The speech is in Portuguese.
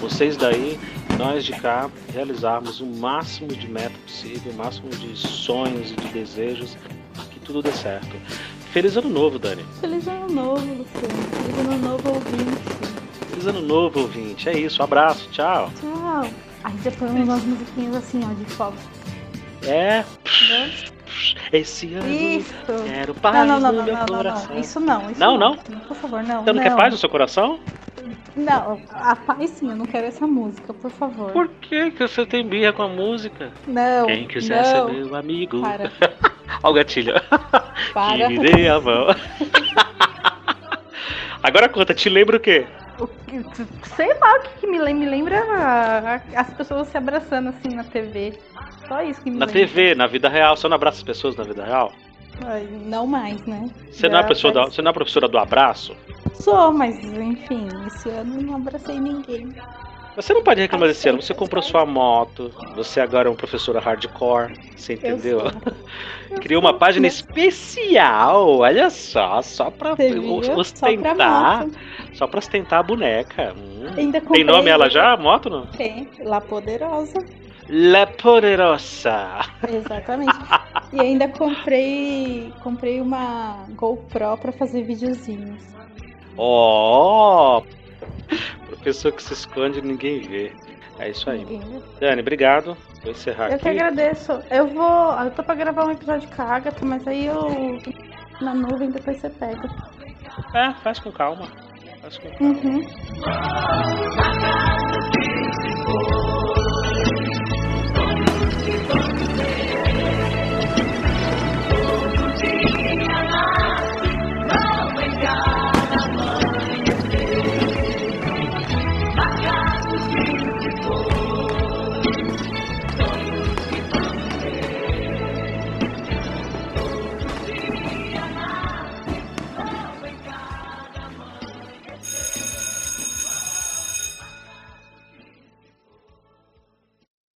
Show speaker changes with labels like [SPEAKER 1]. [SPEAKER 1] vocês daí, nós de cá, realizarmos o máximo de meta possível, o máximo de sonhos e de desejos, que tudo dê certo. Feliz ano novo, Dani.
[SPEAKER 2] Feliz ano novo, Luciano. Feliz ano novo, ouvinte.
[SPEAKER 1] Feliz ano novo, ouvinte. É isso, abraço, tchau.
[SPEAKER 2] Tchau. A gente já põe umas musiquinhas assim, ó, de fogo.
[SPEAKER 1] É,
[SPEAKER 2] Né?
[SPEAKER 1] esse ano
[SPEAKER 2] Isso.
[SPEAKER 1] quero
[SPEAKER 2] Não,
[SPEAKER 1] paz
[SPEAKER 2] não, não,
[SPEAKER 1] no
[SPEAKER 2] não,
[SPEAKER 1] meu
[SPEAKER 2] não, não,
[SPEAKER 1] coração.
[SPEAKER 2] não. Isso não, isso
[SPEAKER 1] Não, não?
[SPEAKER 2] Por favor, não.
[SPEAKER 1] Você não, quer paz no seu coração?
[SPEAKER 2] Não, a paz sim, eu não quero essa música, por favor.
[SPEAKER 1] Por que, que você tem birra com a música?
[SPEAKER 2] Não.
[SPEAKER 1] Quem quiser ser
[SPEAKER 2] não.
[SPEAKER 1] meu amigo.
[SPEAKER 2] Para,
[SPEAKER 1] Olha o gatilho.
[SPEAKER 2] para.
[SPEAKER 1] Que me dê a mão. Agora conta, te lembra o quê?
[SPEAKER 2] O que- Sei lá o que, que me lembra. Me lembra a- a- as pessoas se abraçando assim na TV. Só isso que me
[SPEAKER 1] Na
[SPEAKER 2] lembra.
[SPEAKER 1] TV, na vida real, você não abraça as pessoas na vida real?
[SPEAKER 2] Ai, Não mais, né?
[SPEAKER 1] Você não é, a
[SPEAKER 2] Já
[SPEAKER 1] pessoa da-
[SPEAKER 2] faz-
[SPEAKER 1] você não é a professora do abraço?
[SPEAKER 2] Sou, mas enfim, esse ano não abracei ninguém.
[SPEAKER 1] Você não pode reclamar desse ano. Você comprou sua moto, você agora é um professor hardcore, você entendeu?
[SPEAKER 2] Eu sou. Eu
[SPEAKER 1] Criou uma
[SPEAKER 2] sou,
[SPEAKER 1] página
[SPEAKER 2] né?
[SPEAKER 1] especial, olha só, só pra
[SPEAKER 2] Você viu?
[SPEAKER 1] os-
[SPEAKER 2] Só pra
[SPEAKER 1] ostentar,
[SPEAKER 2] moto.
[SPEAKER 1] só pra ostentar a boneca. Hum. Tem
[SPEAKER 2] Ainda comprei- um-
[SPEAKER 1] nome ela já, a moto não?
[SPEAKER 2] Tem, La Poderosa.
[SPEAKER 1] La Poderosa.
[SPEAKER 2] Exatamente. e ainda comprei comprei uma GoPro pra fazer videozinhos.
[SPEAKER 1] Ó, professor que se esconde e ninguém vê. É isso aí.
[SPEAKER 2] Ninguém viu.
[SPEAKER 1] Dani, obrigado. Vou encerrar
[SPEAKER 2] Eu que
[SPEAKER 1] aqui.
[SPEAKER 2] agradeço. Eu vou. Eu tô pra gravar um episódio com a Agatha, mas aí eu. Na nuvem depois você pega.
[SPEAKER 1] É, faz com calma. Faz com calma.
[SPEAKER 2] Uhum.
[SPEAKER 3] Saca,